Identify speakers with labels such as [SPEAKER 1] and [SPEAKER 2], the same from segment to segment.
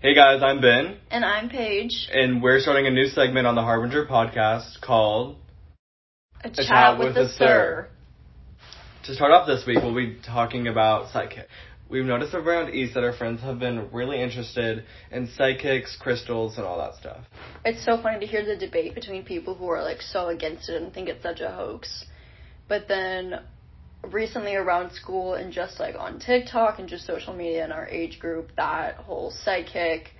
[SPEAKER 1] Hey guys, I'm Ben,
[SPEAKER 2] And I'm Paige.
[SPEAKER 1] and we're starting a new segment on the Harbinger podcast called.
[SPEAKER 2] A chat,
[SPEAKER 1] chat
[SPEAKER 2] with,
[SPEAKER 1] with
[SPEAKER 2] a
[SPEAKER 1] a
[SPEAKER 2] sir.
[SPEAKER 1] To start off this week, we'll be talking about psychic. We've noticed around East that our friends have been really interested in psychics, crystals, and all that stuff.
[SPEAKER 2] It's so funny to hear the debate between people who are like so against it and think it's such a hoax. But then recently around school and just like on TikTok and just social media in our age group, that whole psychic,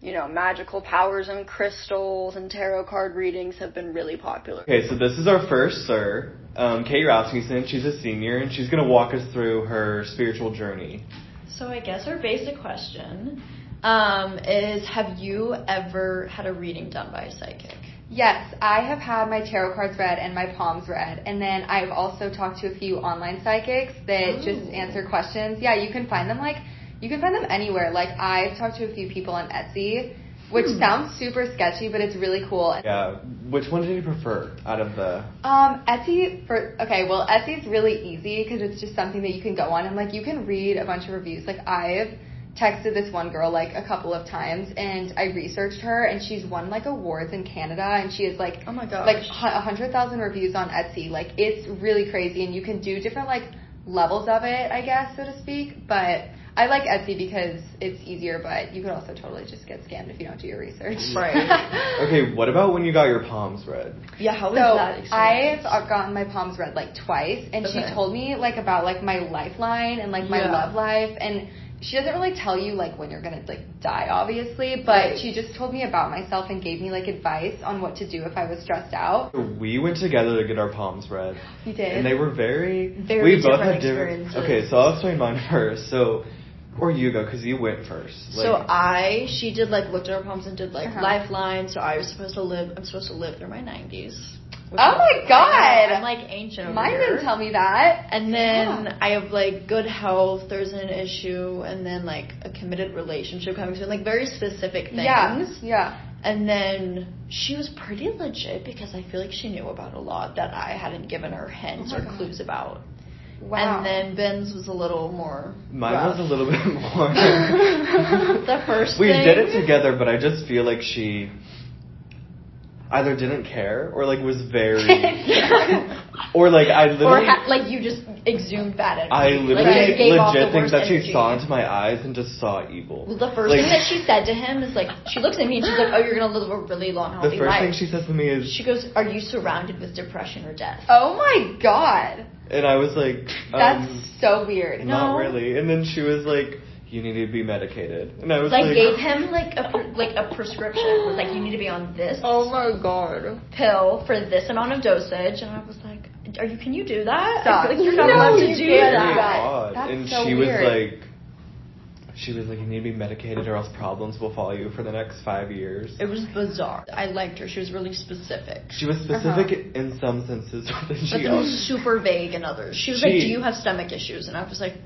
[SPEAKER 2] you know, magical powers and crystals and tarot card readings have been really popular.
[SPEAKER 1] Okay, so this is our first sir, um, Kate Rasmussen. She's a senior, and she's going to walk us through her spiritual journey.
[SPEAKER 3] So I guess our basic question um, is: Have you ever had a reading done by a psychic?
[SPEAKER 4] Yes, I have had my tarot cards read and my palms read. And then I've also talked to a few online psychics that just
[SPEAKER 3] Ooh.
[SPEAKER 4] answer questions. Yeah, you can find them like you can find them anywhere. Like I've talked to a few people on Etsy, which sounds super sketchy, but it's really cool. And
[SPEAKER 1] Yeah, which one did you prefer out of the?
[SPEAKER 4] um, Etsy for okay, well Etsy's really easy because it's just something that you can go on and like you can read a bunch of reviews. Like I've texted this one girl like a couple of times and I researched her and she's won like awards in Canada and she is like
[SPEAKER 3] Oh my gosh!
[SPEAKER 4] like a hundred thousand reviews on Etsy. Like it's really crazy, and you can do different like levels of it, I guess, so to speak. But I like Etsy because it's easier, but you could also totally just get scammed if you don't do your research.
[SPEAKER 3] Right.
[SPEAKER 1] Okay, what about when you got your palms read?
[SPEAKER 3] yeah, how was
[SPEAKER 4] So
[SPEAKER 3] that experience?
[SPEAKER 4] I've uh, gotten my palms read like twice, and
[SPEAKER 3] Okay.
[SPEAKER 4] she told me like about like my lifeline and like my
[SPEAKER 3] Yeah.
[SPEAKER 4] love life, and she doesn't really tell you like when you're gonna like die, obviously, but
[SPEAKER 3] Right.
[SPEAKER 4] she just told me about myself and gave me like advice on what to do if I was stressed out.
[SPEAKER 1] We went together to get our palms read.
[SPEAKER 4] You did.
[SPEAKER 1] And they were very.
[SPEAKER 3] Very
[SPEAKER 1] we both
[SPEAKER 3] different
[SPEAKER 1] had different.
[SPEAKER 3] experiences.
[SPEAKER 1] Okay, so I'll explain mine first. So, or you go because you went first.
[SPEAKER 3] so I, she did like looked at her palms and did like
[SPEAKER 4] Uh-huh.
[SPEAKER 3] lifeline. So I was supposed to live. I'm supposed to live through my 90s. which
[SPEAKER 4] Oh
[SPEAKER 3] is-
[SPEAKER 4] my
[SPEAKER 3] I know,
[SPEAKER 4] God.
[SPEAKER 3] I'm like ancient. Over
[SPEAKER 4] Mine
[SPEAKER 3] here.
[SPEAKER 4] didn't tell me that.
[SPEAKER 3] And then
[SPEAKER 4] Yeah.
[SPEAKER 3] I have like good health. There's an issue, and then like a committed relationship coming soon. Like very specific things.
[SPEAKER 4] Yeah, yeah.
[SPEAKER 3] And then she was pretty legit because I feel like she knew about a lot that I hadn't given her hints
[SPEAKER 4] Oh
[SPEAKER 3] or
[SPEAKER 4] my God.
[SPEAKER 3] clues about.
[SPEAKER 4] Wow.
[SPEAKER 3] And then Ben's was a little more.
[SPEAKER 1] Mine
[SPEAKER 3] rough.
[SPEAKER 1] was a little bit more.
[SPEAKER 3] The first
[SPEAKER 1] We
[SPEAKER 3] thing-
[SPEAKER 1] did it together, but I just feel like she either didn't care or like was very. or like I
[SPEAKER 3] or
[SPEAKER 1] literally.
[SPEAKER 3] ha- like you just exhumed bad energy.
[SPEAKER 1] I literally
[SPEAKER 3] like, you gave off the
[SPEAKER 1] legit think
[SPEAKER 3] worst
[SPEAKER 1] that she
[SPEAKER 3] energy.
[SPEAKER 1] saw into my eyes and just saw evil.
[SPEAKER 3] Well, the first
[SPEAKER 1] Like,
[SPEAKER 3] thing that she said to him is like, she looks at me and she's like, "Oh, you're gonna live a really long,
[SPEAKER 1] The
[SPEAKER 3] healthy
[SPEAKER 1] first
[SPEAKER 3] life."
[SPEAKER 1] thing she says to me is,
[SPEAKER 3] she goes, "Are you surrounded with depression or death?"
[SPEAKER 4] oh my god.
[SPEAKER 1] and I was like,
[SPEAKER 4] That's
[SPEAKER 1] um,
[SPEAKER 4] so weird.
[SPEAKER 1] Not
[SPEAKER 3] No.
[SPEAKER 1] really. And then she was like, "You need to be medicated," and I was
[SPEAKER 3] like,
[SPEAKER 1] like,
[SPEAKER 3] gave him like a pre- like a prescription. It was like, "You need to be on this."
[SPEAKER 4] Oh my god.
[SPEAKER 3] pill for this amount of dosage, and I was like, "Are you? Can you do that? I
[SPEAKER 4] Stop.
[SPEAKER 3] feel like you're not
[SPEAKER 4] No,
[SPEAKER 3] allowed to
[SPEAKER 4] you
[SPEAKER 3] do
[SPEAKER 4] can't
[SPEAKER 1] "Very
[SPEAKER 4] do
[SPEAKER 3] that."
[SPEAKER 4] that.
[SPEAKER 1] odd."
[SPEAKER 4] That's
[SPEAKER 1] and
[SPEAKER 4] so
[SPEAKER 1] she
[SPEAKER 4] weird.
[SPEAKER 1] was like, she was like, "You need to be medicated, or else problems will follow you for the next five years."
[SPEAKER 3] It was bizarre. I liked her. She was really specific,
[SPEAKER 1] She was specific in some senses, but then
[SPEAKER 3] but
[SPEAKER 1] she
[SPEAKER 3] then was
[SPEAKER 1] also.
[SPEAKER 3] super vague in others. She was
[SPEAKER 1] She-
[SPEAKER 3] like, "Do you have stomach issues?" And I was like,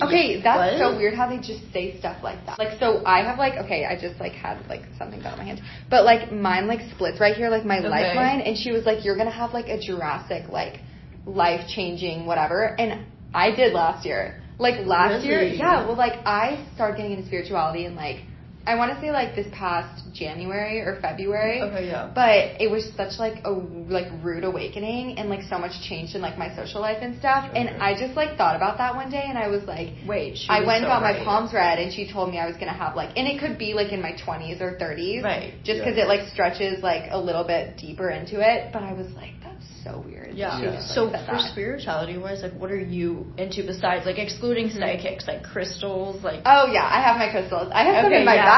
[SPEAKER 4] Okay, that's
[SPEAKER 3] What?
[SPEAKER 4] so weird how they just say stuff like that. Like so I have like okay, I just like had like something fell out of my hand. But like mine like splits right here, like my
[SPEAKER 3] Okay.
[SPEAKER 4] lifeline, and she was like, You're gonna have like a Jurassic like life changing whatever and I did last year. Like last year
[SPEAKER 3] Really?
[SPEAKER 4] yeah, well like I started getting into spirituality and like I wanna say like this past January or February.
[SPEAKER 3] Okay, yeah.
[SPEAKER 4] But it was such like a like rude awakening and like so much changed in like my social life and stuff. And
[SPEAKER 1] Okay.
[SPEAKER 4] I just like thought about that one day and I was like
[SPEAKER 3] "Wait." She
[SPEAKER 4] I
[SPEAKER 3] was
[SPEAKER 4] went
[SPEAKER 3] so
[SPEAKER 4] and got
[SPEAKER 3] right.
[SPEAKER 4] my palms read, and she told me I was gonna have like, and it could be like in my twenties or thirties,
[SPEAKER 3] Right.
[SPEAKER 4] Just because
[SPEAKER 1] Yeah.
[SPEAKER 4] it like stretches like a little bit deeper into it. But I was like, that's so weird. that
[SPEAKER 3] Yeah.
[SPEAKER 4] she
[SPEAKER 1] Yeah.
[SPEAKER 4] just, like,
[SPEAKER 3] So
[SPEAKER 4] said
[SPEAKER 3] for
[SPEAKER 4] that.
[SPEAKER 3] spirituality wise, like, what are you into besides like excluding
[SPEAKER 4] Mm-hmm.
[SPEAKER 3] psychics, like crystals, like
[SPEAKER 4] Oh yeah, I have my crystals. I have some
[SPEAKER 3] Okay,
[SPEAKER 4] in my
[SPEAKER 3] yeah.
[SPEAKER 4] backpack.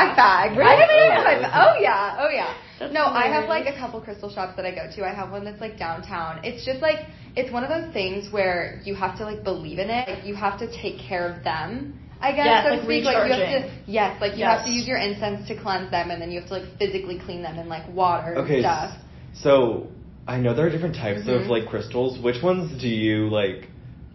[SPEAKER 4] I have it in my.
[SPEAKER 1] Really?
[SPEAKER 4] Oh yeah, oh yeah.
[SPEAKER 3] That's
[SPEAKER 4] no, I have like
[SPEAKER 3] hilarious.
[SPEAKER 4] a couple crystal shops that I go to. I have one that's like downtown. It's just like it's one of those things where you have to like believe in it. Like you have to take care of them. I guess
[SPEAKER 3] Yeah,
[SPEAKER 4] so
[SPEAKER 3] like
[SPEAKER 4] to speak. Like you have
[SPEAKER 3] recharging.
[SPEAKER 4] to yes, like you have to
[SPEAKER 3] Yes.
[SPEAKER 4] use your incense to cleanse them, and then you have to like physically clean them in like water
[SPEAKER 1] Okay,
[SPEAKER 4] and stuff.
[SPEAKER 1] so I know there are different types of
[SPEAKER 4] Mhm.
[SPEAKER 1] like crystals. Which ones do you like?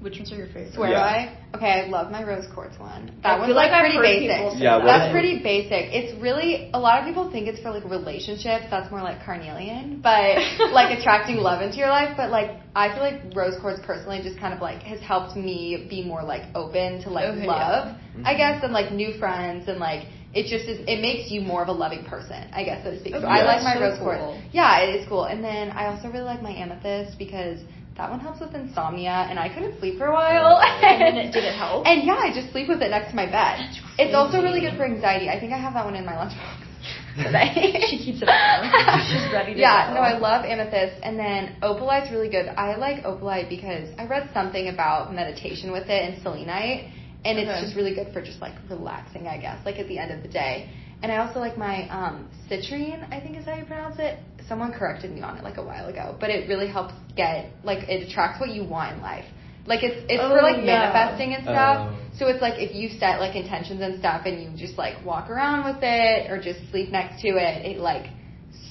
[SPEAKER 3] which ones are your favorite?
[SPEAKER 4] Swear
[SPEAKER 1] Yeah.
[SPEAKER 4] do I? Okay, I love my rose quartz one.
[SPEAKER 3] I
[SPEAKER 4] That one's
[SPEAKER 3] feel
[SPEAKER 4] like,
[SPEAKER 3] like I've
[SPEAKER 4] pretty
[SPEAKER 3] heard
[SPEAKER 4] basic.
[SPEAKER 3] people say
[SPEAKER 1] Yeah,
[SPEAKER 3] that.
[SPEAKER 1] what
[SPEAKER 4] That's
[SPEAKER 1] is it?
[SPEAKER 4] pretty basic. It's really a lot of people think it's for like relationships. That's more like carnelian, but like attracting love into your life. But like I feel like rose quartz personally just kind of like has helped me be more like open to like
[SPEAKER 3] Okay, Mm-hmm.
[SPEAKER 4] love,
[SPEAKER 1] yeah.
[SPEAKER 4] I guess, and like new friends and like it just is, it makes you more of a loving person, I guess, so to speak. So
[SPEAKER 3] Oh,
[SPEAKER 4] I
[SPEAKER 1] that's
[SPEAKER 4] like my
[SPEAKER 3] so
[SPEAKER 4] rose quartz.
[SPEAKER 3] cool.
[SPEAKER 4] Yeah, it is cool. And then I also really like my amethyst because that one helps with insomnia, and I couldn't sleep for a while.
[SPEAKER 3] And Oh, did it help?
[SPEAKER 4] And yeah, I just sleep with it next to my bed.
[SPEAKER 3] That's
[SPEAKER 4] It's also
[SPEAKER 3] crazy.
[SPEAKER 4] really good for anxiety. I think I have that one in my lunchbox. today.
[SPEAKER 3] She keeps it around. She's ready to
[SPEAKER 4] Yeah,
[SPEAKER 3] go.
[SPEAKER 4] no, I love amethyst. And then opalite's really good. I like opalite because I read something about meditation with it and selenite, and it's
[SPEAKER 3] Okay.
[SPEAKER 4] just really good for just like relaxing, I guess, like at the end of the day. And I also like my um, citrine, I think is how you pronounce it. Someone corrected me on it like a while ago, but it really helps get like it attracts what you want in life. Like it's it's
[SPEAKER 3] Oh,
[SPEAKER 4] for like
[SPEAKER 3] yeah.
[SPEAKER 4] manifesting and stuff.
[SPEAKER 1] Oh.
[SPEAKER 4] So it's like if you set like intentions and stuff and you just like walk around with it or just sleep next to it, it like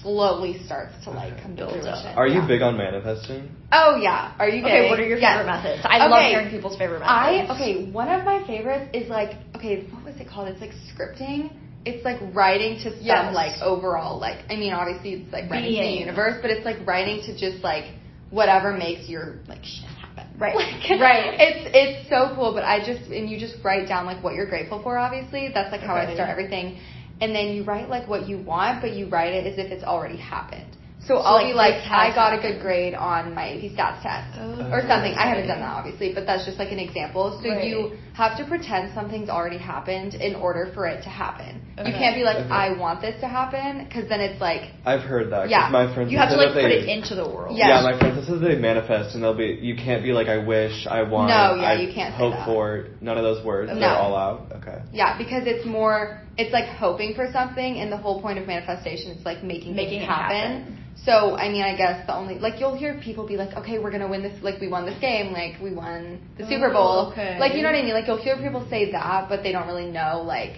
[SPEAKER 4] slowly starts to like come to
[SPEAKER 3] Build up.
[SPEAKER 4] fruition.
[SPEAKER 1] Are you
[SPEAKER 4] Yeah.
[SPEAKER 1] big on manifesting?
[SPEAKER 4] Oh yeah. Are you
[SPEAKER 3] Okay,
[SPEAKER 4] kidding?
[SPEAKER 3] what are your
[SPEAKER 4] Yes.
[SPEAKER 3] favorite methods? I love
[SPEAKER 4] Okay.
[SPEAKER 3] hearing people's favorite
[SPEAKER 4] I
[SPEAKER 3] methods.
[SPEAKER 4] okay, one of my favorites is like okay, what was it called? It's like scripting. It's like writing to some
[SPEAKER 3] Yes.
[SPEAKER 4] like overall like I mean obviously it's like writing to the
[SPEAKER 3] Being.
[SPEAKER 4] universe, but it's like writing to just like whatever makes your like shit happen.
[SPEAKER 3] Right.
[SPEAKER 4] Like,
[SPEAKER 3] Right.
[SPEAKER 4] It's it's so cool, but I just and you just write down like what you're grateful for obviously. That's like how I
[SPEAKER 3] Okay.
[SPEAKER 4] start everything. And then you write like what you want, but you write it as if it's already happened. So,
[SPEAKER 3] So,
[SPEAKER 4] I'll
[SPEAKER 3] like,
[SPEAKER 4] be like,
[SPEAKER 3] this
[SPEAKER 4] I
[SPEAKER 3] has
[SPEAKER 4] got a
[SPEAKER 3] happened.
[SPEAKER 4] good grade on my AP stats test
[SPEAKER 3] Oh,
[SPEAKER 4] or something. I haven't
[SPEAKER 3] okay.
[SPEAKER 4] done that obviously, but that's just like an example. So
[SPEAKER 3] Right.
[SPEAKER 4] you have to pretend something's already happened in order for it to happen. You
[SPEAKER 3] Okay.
[SPEAKER 4] can't be like,
[SPEAKER 1] Okay.
[SPEAKER 4] I want this to happen, because then it's like,
[SPEAKER 1] I've heard that. 'cause
[SPEAKER 4] Yeah.
[SPEAKER 1] My Uh, friends
[SPEAKER 3] You have to
[SPEAKER 1] said
[SPEAKER 3] like
[SPEAKER 1] that
[SPEAKER 3] put
[SPEAKER 1] they-
[SPEAKER 3] it into the world.
[SPEAKER 4] Yeah.
[SPEAKER 1] Yeah. my friends, this is they manifest, and they'll be. You can't be like, I wish, I want.
[SPEAKER 4] No, yeah,
[SPEAKER 1] I
[SPEAKER 4] you can't say
[SPEAKER 1] Hope
[SPEAKER 4] that.
[SPEAKER 1] for none of those words.
[SPEAKER 4] No.
[SPEAKER 1] They're all out. Okay.
[SPEAKER 4] yeah, because it's more, it's like hoping for something, and the whole point of manifestation is like making
[SPEAKER 3] Making it
[SPEAKER 4] things happen.
[SPEAKER 3] happen.
[SPEAKER 4] So I mean, I guess the only like you'll hear people be like, okay, we're gonna win this, like we won this game, like we won the Super
[SPEAKER 3] Oh,
[SPEAKER 4] Bowl,
[SPEAKER 3] okay.
[SPEAKER 4] like you know what I mean? Like you'll hear people say that, but they don't really know like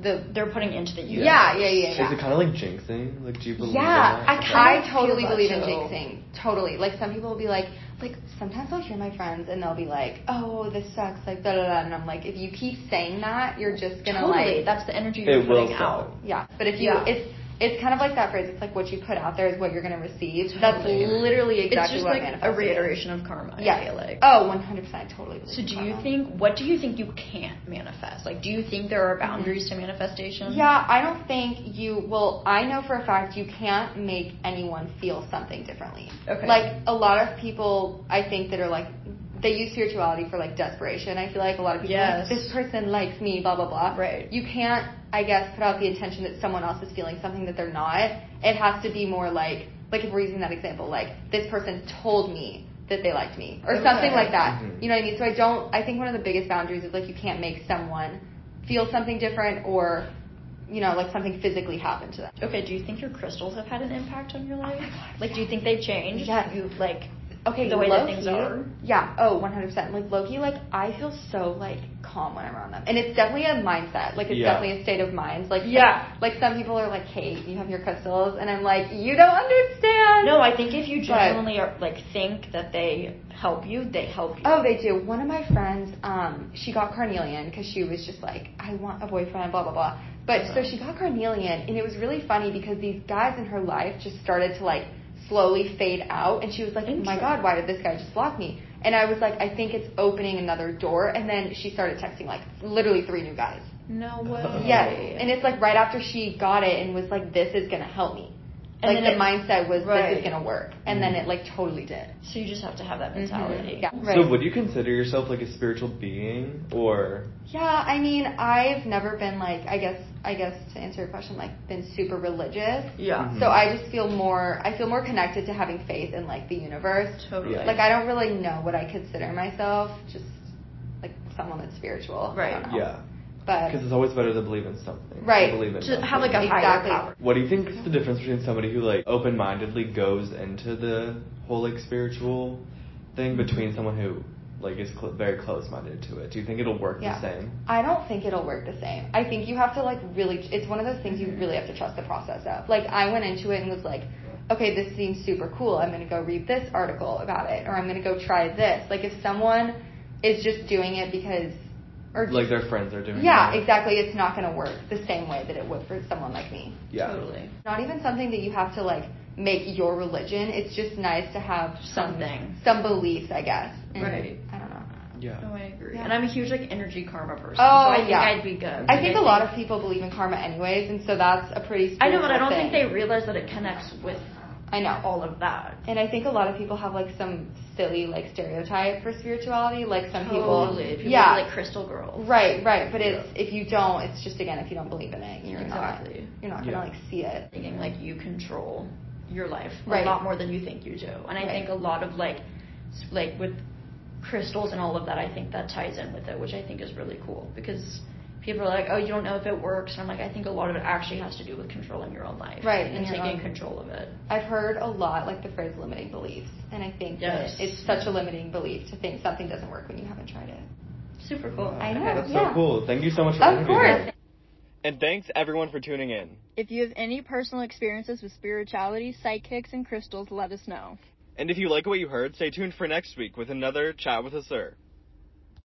[SPEAKER 4] the
[SPEAKER 3] They're putting into the universe.
[SPEAKER 4] yeah, yeah, yeah. yeah,
[SPEAKER 1] Is it kind of like jinxing? Like, do you believe?
[SPEAKER 4] Yeah,
[SPEAKER 1] in that?
[SPEAKER 4] I,
[SPEAKER 3] I
[SPEAKER 1] Okay.
[SPEAKER 3] kinda
[SPEAKER 4] I
[SPEAKER 3] feel
[SPEAKER 4] totally
[SPEAKER 3] that
[SPEAKER 4] believe in
[SPEAKER 3] too.
[SPEAKER 4] jinxing. Totally. Like some people will be like, like sometimes I'll hear my friends and they'll be like, oh, this sucks, like da da da, and I'm like, if you keep saying that, you're just gonna
[SPEAKER 3] Totally.
[SPEAKER 4] like,
[SPEAKER 3] That's the energy you're
[SPEAKER 1] It will
[SPEAKER 3] putting
[SPEAKER 1] suck.
[SPEAKER 3] out.
[SPEAKER 4] yeah. But if you,
[SPEAKER 3] Yeah.
[SPEAKER 4] it's it's kind of like that phrase. It's like what you put out there is what you're gonna receive.
[SPEAKER 3] Totally.
[SPEAKER 4] That's literally exactly
[SPEAKER 3] it's just
[SPEAKER 4] what
[SPEAKER 3] like a
[SPEAKER 4] manifesting is.
[SPEAKER 3] reiteration of karma. I
[SPEAKER 4] Yeah.
[SPEAKER 3] feel like.
[SPEAKER 4] Oh, 100. percent I totally. believe
[SPEAKER 3] So
[SPEAKER 4] in
[SPEAKER 3] do
[SPEAKER 4] karma.
[SPEAKER 3] you think what do you think you can't manifest? Like do you think there are boundaries to manifestation?
[SPEAKER 4] Mm-hmm. Yeah, I don't think you. Well, I know for a fact you can't make anyone feel something differently.
[SPEAKER 3] Okay.
[SPEAKER 4] Like a lot of people, I think that are like they use spirituality for like desperation. I feel like a lot of people are
[SPEAKER 3] Yes.
[SPEAKER 4] like this person likes me, blah blah blah.
[SPEAKER 3] Right.
[SPEAKER 4] You can't, I guess, put out the intention that someone else is feeling something that they're not. It has to be more like like if we're using that example, like this person told me that they liked me or something
[SPEAKER 3] Okay.
[SPEAKER 4] like that.
[SPEAKER 1] Mhm.
[SPEAKER 4] You know what I mean? So I don't. I think one of the biggest boundaries is like you can't make someone feel something different or you know like something physically happen to them.
[SPEAKER 3] Okay, do you think your crystals have had an impact on your life?
[SPEAKER 4] Oh God,
[SPEAKER 3] like do you think they've changed?
[SPEAKER 4] Yes.
[SPEAKER 3] You like
[SPEAKER 4] Okay,
[SPEAKER 3] the way that
[SPEAKER 4] low-key-
[SPEAKER 3] things are?
[SPEAKER 4] Yeah. Oh, 100%. Like Loki, like I feel so like calm when I'm around them, and it's definitely a mindset. Like it's
[SPEAKER 1] Yeah.
[SPEAKER 4] definitely a state of mind. Like
[SPEAKER 3] Yeah.
[SPEAKER 4] Like, some people are like, "Hey, you have your crystals," and I'm like, "You don't understand."
[SPEAKER 3] No, I think if you
[SPEAKER 4] But-
[SPEAKER 3] genuinely are, like think that they help you, they help you.
[SPEAKER 4] Oh, they do. One of my friends, um, she got carnelian because she was just like, I want a boyfriend, blah blah blah. But so she got carnelian, and it was really funny because these guys in her life just started to like slowly fade out, and she was like, oh My
[SPEAKER 3] Interesting.
[SPEAKER 4] God, why did this guy just block me? And I was like, I think it's opening another door. And then she started texting like literally three new guys.
[SPEAKER 3] No
[SPEAKER 1] Oh.
[SPEAKER 3] way.
[SPEAKER 4] Yes, and it's like right after she got it and was like, This is gonna help me.
[SPEAKER 3] And then
[SPEAKER 4] like the
[SPEAKER 3] it-
[SPEAKER 4] mindset was, This
[SPEAKER 3] Right.
[SPEAKER 4] is gonna work, and then it like totally did.
[SPEAKER 3] So you just have to have that mentality.
[SPEAKER 4] Mm-hmm. Yeah. Right.
[SPEAKER 1] So, would you consider yourself like a spiritual being, or
[SPEAKER 4] Yeah, I mean, I've never been like, I guess, I guess to answer your question, like, been super religious.
[SPEAKER 3] Yeah.
[SPEAKER 4] So I just feel more, I feel more connected to having faith in like the universe.
[SPEAKER 3] Totally.
[SPEAKER 1] Yeah.
[SPEAKER 4] Like, I don't really know what I consider myself, just like someone that's spiritual. I don't
[SPEAKER 3] Right.
[SPEAKER 4] know.
[SPEAKER 1] yeah?
[SPEAKER 4] But
[SPEAKER 1] Because it's always better to believe in something. than
[SPEAKER 4] Uh, Right.
[SPEAKER 1] Believe in
[SPEAKER 3] to
[SPEAKER 1] nothing.
[SPEAKER 3] have like a
[SPEAKER 4] Exactly.
[SPEAKER 3] higher power.
[SPEAKER 1] What do you think is the difference between somebody who like open mindedly goes into the whole like spiritual thing between someone who like is cl- very close minded to it? Do you think it'll work
[SPEAKER 4] Yeah.
[SPEAKER 1] the same?
[SPEAKER 4] I don't think it'll work the same. I think you have to like really. It's one of those things
[SPEAKER 1] Mm-hmm.
[SPEAKER 4] you really have to trust the process of. Like I went into it and was like, okay, this seems super cool. I'm gonna go read this article about it, or I'm gonna go try this. Like if someone is just doing it because, or
[SPEAKER 1] Like their friends are doing.
[SPEAKER 4] yeah,
[SPEAKER 1] it.
[SPEAKER 4] exactly. It's not gonna work the same way that it would for someone like me.
[SPEAKER 1] Yeah.
[SPEAKER 3] Totally.
[SPEAKER 4] Not even something that you have to like make your religion. It's just nice to have some-
[SPEAKER 3] Something.
[SPEAKER 4] some beliefs, I guess. And
[SPEAKER 3] Right.
[SPEAKER 4] I don't know.
[SPEAKER 1] Yeah.
[SPEAKER 3] No, I agree.
[SPEAKER 4] Yeah.
[SPEAKER 3] And I'm a huge like energy karma person.
[SPEAKER 4] Oh,
[SPEAKER 3] so I think
[SPEAKER 4] yeah.
[SPEAKER 3] I'd be good.
[SPEAKER 4] I think a lot of people believe in karma anyways, and so that's a pretty
[SPEAKER 3] I know, but I don't
[SPEAKER 4] spiritual
[SPEAKER 3] think they realize that it connects with
[SPEAKER 4] thing. I know.
[SPEAKER 3] all of that.
[SPEAKER 4] And I think a lot of people have like some silly like stereotype for spirituality. Like some
[SPEAKER 3] totally.
[SPEAKER 4] people,
[SPEAKER 3] People
[SPEAKER 4] yeah,
[SPEAKER 3] are like crystal girls.
[SPEAKER 4] right, right. But it's if you don't, it's just again if you don't believe in it, you're
[SPEAKER 3] Exactly.
[SPEAKER 4] not, you're not gonna
[SPEAKER 1] Yeah.
[SPEAKER 4] like see it.
[SPEAKER 3] Thinking like you control your life
[SPEAKER 4] Right.
[SPEAKER 3] a lot more than you think you do. And I
[SPEAKER 4] Right.
[SPEAKER 3] think a lot of like s- like with crystals and all of that, I think that ties in with it, which I think is really cool because people are like, oh, you don't know if it works. And I'm like, I think a lot of it actually has to do with controlling your own life.
[SPEAKER 4] Right,
[SPEAKER 3] And,
[SPEAKER 4] and your
[SPEAKER 3] taking
[SPEAKER 4] own-
[SPEAKER 3] control of it.
[SPEAKER 4] I've heard a lot like the phrase limiting beliefs, and I think
[SPEAKER 3] Yes.
[SPEAKER 4] that it's such a limiting belief to think something doesn't work when you haven't tried it.
[SPEAKER 3] Super cool.
[SPEAKER 1] Wow.
[SPEAKER 4] I know,
[SPEAKER 1] That's
[SPEAKER 4] yeah.
[SPEAKER 1] so cool. Thank you so much for
[SPEAKER 4] Of
[SPEAKER 1] interviewing
[SPEAKER 4] course.
[SPEAKER 1] us. And thanks everyone for tuning in.
[SPEAKER 2] If you have any personal experiences with spirituality, psychics, and crystals, let us know.
[SPEAKER 1] And if you like what you heard, stay tuned for next week with another Chat with a Sir.